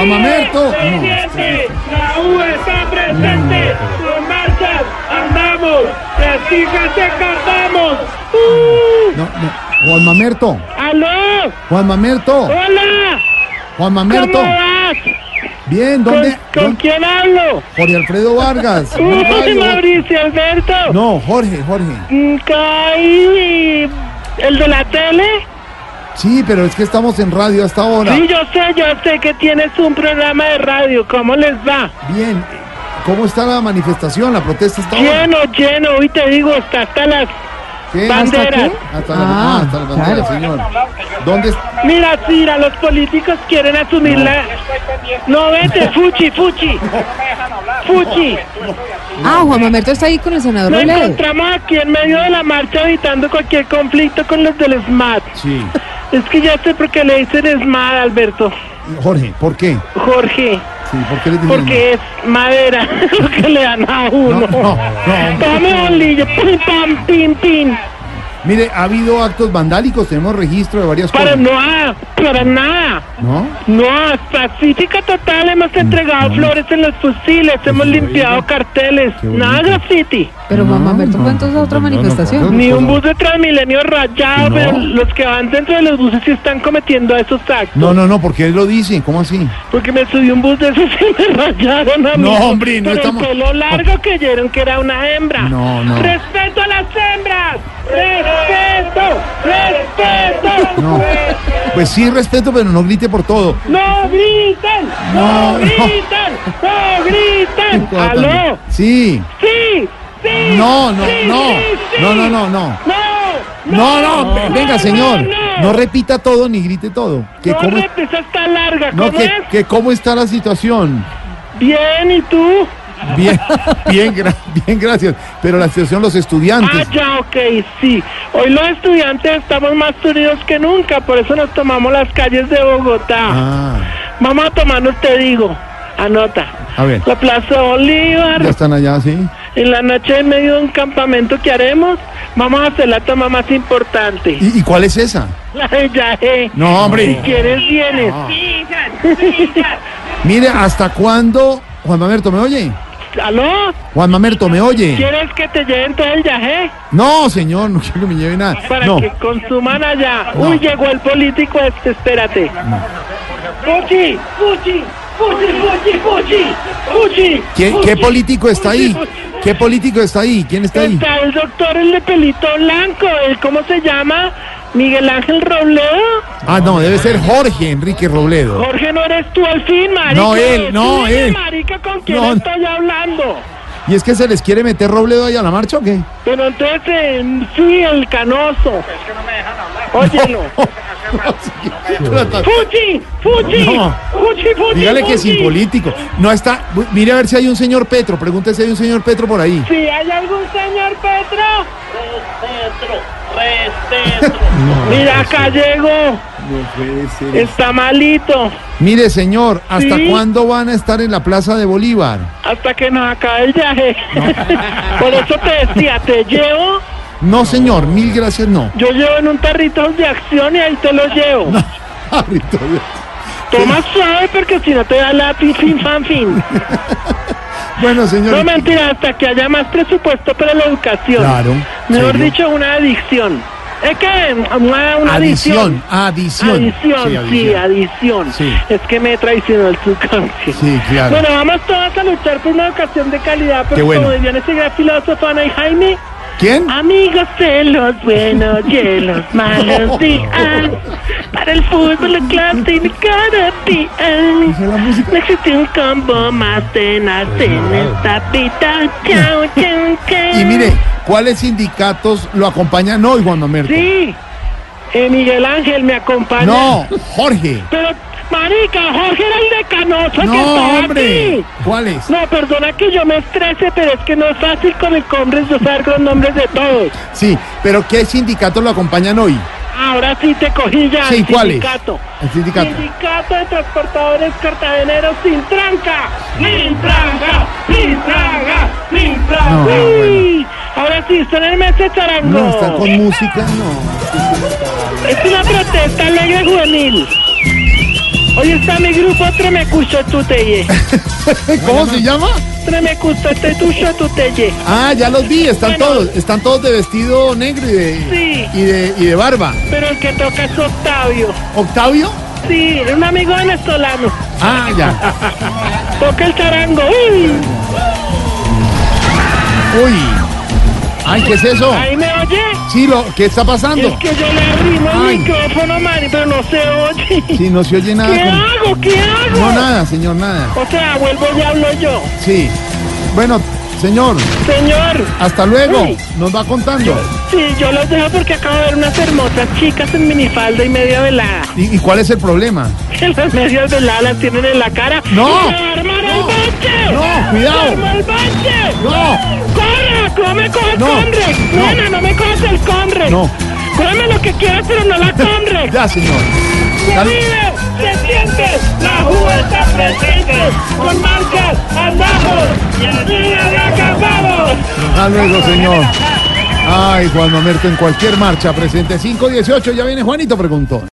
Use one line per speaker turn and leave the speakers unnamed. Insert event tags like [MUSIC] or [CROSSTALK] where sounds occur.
armamento. No,
Presidente, la U está presente. Con marchas andamos. Testígas descartamos. ¡Uh!
no, no. Juan Mamerto,
¡Aló!
Juan Mamerto,
¡Hola!
Juan
¿Cómo
Mamerto.
vas?
Bien,
¿Con,
¿dónde?
con
¿Dónde?
quién hablo?
Jorge Alfredo Vargas.
[LAUGHS] ¡Uy,
No,
Mauricio Alberto!
No, Jorge, Jorge.
Mm, caí, ¿El de la tele?
Sí, pero es que estamos en radio hasta ahora.
Sí, yo sé, yo sé que tienes un programa de radio. ¿Cómo les va?
Bien. ¿Cómo está la manifestación? La protesta está ahora.
Lleno, lleno. Hoy te digo, está hasta las...
¿Qué?
Banderas.
¿Hasta qué? Hasta la, ah, hasta la bandera, señor. ¿Dónde es-
Mira, mira, los políticos quieren asumir la... No, vete, fuchi, fuchi. Fuchi.
Ah, Juan Mamerto está ahí con el senador
Nos
Robledo.
encontramos aquí en medio de la marcha evitando cualquier conflicto con los del SMAT.
Sí.
Es que ya sé por qué le dicen SMAT, Alberto.
Jorge, ¿por qué?
Jorge,
Sí, ¿por qué le tienen-
porque es madera [LAUGHS] lo que le dan a uno.
Mm. No, no, no.
Dame bolillo, pim, pam, pim, pim.
Mire, ha habido actos vandálicos, tenemos registro de varias
Para
cosas.
nada, para nada.
¿No?
No, pacífica total,
Mm,
hemos entregado flores en los fusiles, hemos limpiado carteles,
bonito.
nada graffiti,
Pero Juan
No,
Mamerto
no,
fue entonces a otra
no, no,
manifestación.
no, no.
ni un bus de Transmilenio rayado,
No.
pero los que van dentro de los buses sí están cometiendo esos actos.
No, no, no, porque él lo dice, ¿cómo así?
Porque me subí un bus de esos y me [LAUGHS] rayaron a mí.
No, hombre, no
Por
estamos-
el pelo largo creyeron que era una hembra.
No, no.
¡Respeto a las hembras! ¡Respeto! ¡Respeto!
No. Pues sí, respeto, pero no grite por todo.
¡No griten!
No,
¡No,
no.
gritan! ¡No
[LAUGHS]
gritan! ¡Aló!
ah, Sí.
¡Sí! ¡Sí!
No, no,
sí,
no.
sí, sí.
No, no, no, no.
¡No!
No, no, venga, señor. No
No,
repita todo ni grite todo. Que
no
cómo,
retes, está larga.
no,
¿Cómo
que,
es?
que cómo está la situación.
Bien, ¿y tú?
Bien, [LAUGHS] bien, gra- bien, gracias. Pero la situación los
Ah,
estudiantes.
ya, ok, sí. Hoy los estudiantes estamos más unidos que nunca, por eso nos tomamos las calles de Bogotá.
Ah,
Vamos a tomarnos, te digo, anota.
a ver.
La Plaza Bolívar,
Ah, Ya están allá, sí.
en la noche en medio de un campamento que haremos, vamos a hacer la toma más importante. [LAUGHS]
¿Y, y cuál es esa?
La de Yaje.
No, hombre. Ah.
Si quieres, vienes.
Mire, ¿hasta cuándo? Juan Mamerto, ¿me oye?
¿Aló?
Juan Mamerto, ¿me oye?
¿Quieres que te lleven todo el Yaje?
No, señor, no quiero que me lleve nada.
Para
No,
que consuman allá.
No.
Uy, llegó el político este, espérate. Fuchi, Fuchi, Fuchi, Fuchi, Fuchi, Fuchi.
¿Qué,
Fuchi,
qué político está
Fuchi,
ahí?
Fuchi.
¿Qué político está ahí? ¿Quién está ahí?
Está el doctor, el de pelito blanco, el, ¿cómo se llama? Miguel Ángel Robledo.
Ah, no, debe ser Jorge Enrique Robledo.
Jorge, no eres tú al fin, marica.
No, él, no,
Dime,
él.
Marica, ¿con quién
No.
estoy hablando?
¿Y es que se les quiere meter Robledo ahí a la marcha o qué?
Pero entonces, eh, sí, el canoso. Es que
[LAUGHS]
no me dejan hablar. Óyelo. ¡Fuchi! ¡Fuchi!
No.
¡Fuchi, fuchi!
Dígale que
fuchi!
sin político. No está. Mire a ver si hay un señor Petro. Pregúntese si hay un señor Petro por ahí.
Si hay algún señor Petro. Mira, acá llegó. Está malito.
Mire, señor, ¿hasta
Sí.
cuándo van a estar en la Plaza de Bolívar?
Hasta que nos acabe el viaje. [LAUGHS] Por eso te decía, te llevo.
No, señor, mil gracias, no. [LAUGHS]
Yo llevo en un tarrito de acción y ahí te lo llevo.
Ay, todavía.
Toma suave porque si no te da la fin, fin, fan, fin.
Bueno,
No
[LAUGHS] señor.
mentira, hasta que haya más presupuesto para la educación.
Claro,
Mejor
serio.
dicho, una adicción. Es que una, una
Adición,
adicción.
adición.
Adición, sí, adición.
Sí.
Es que me traicionó el subconsciente.
Sí, claro.
Bueno, vamos todas a luchar por una educación de calidad, porque
Qué bueno.
como dirían ese gran filósofo Ana y Jaime,
¿Quién?
amigos de los buenos y de
[LAUGHS]
los malos días, para el fútbol, la clase y el karate.
la música. Pues
No existe un combo más tenaz en esta vida.
[LAUGHS]
Chao, chao, chao.
Y mire, ¿cuáles sindicatos lo acompañan hoy, Juan Mamerto?
Sí, eh, Miguel Ángel me acompaña.
No, Jorge.
Pero, marica, Jorge era el de Canosa que
No,
estaba
hombre.
aquí.
¿Cuáles?
No, perdona que yo me estrese, pero es que no es fácil con el Congreso usar los nombres de todos.
Sí, pero ¿qué sindicatos lo acompañan hoy?
Ahora sí te cogí ya
Sí,
el
¿cuáles?
sindicato.
El sindicato.
Sindicato de Transportadores Cartageneros sin tranca. Sin tranca, sin tranca, sin tranca.
No,
Uy, Ahora sí, están en el mes de charango.
No, están con música, no.
Es una protesta alegre juvenil. Hoy está mi grupo Tremecustotuteye.
[LAUGHS] ¿Cómo se llama?
este Tremecustotuteye.
Ah, ya los vi, están
Bueno.
todos, están todos de vestido negro y de,
Sí.
y de, y de barba.
Pero el que toca es Octavio.
¿Octavio?
Sí, es un amigo venezolano.
Ah, ya.
Toca el charango. ¡Uy!
Uy. Ay, ¿qué es eso?
¿Ahí me oye?
Sí, lo, ¿qué está
Es
pasando?
que yo le arrimo
Ay.
el micrófono, Mari, pero no se oye.
Sí, no se oye nada.
¿Qué
con-
hago? ¿Qué hago?
No, nada, señor, nada.
O sea, vuelvo y hablo yo.
Sí. Bueno, señor,
Señor,
hasta luego.
Sí.
Nos va contando.
sí, yo los dejo porque acabo de ver unas hermosas chicas en minifalda y media velada.
¿Y, y cuál es el problema?
[LAUGHS] Que las medias veladas las tienen en la cara.
No.
¡Y se va a armar el
No.
bache!
No, cuidado.
¡Se arma el bache!
No.
¡Corra! ¡No me cojas
No.
Conrex!
No.
¡Nena, no me cojas el Conrex!
No.
Cógeme lo que quieras, pero no la Conrex.
Ya, señor.
¡Se
Dale.
vive! ¡Se siente! ¡La juventud está presente! ¡Con marcas andamos! ¡Y arriba de acabamos!
Hasta luego, señor. Ay, Juan Mamerto, en cualquier marcha presente. 518, ya viene Juanito, preguntó.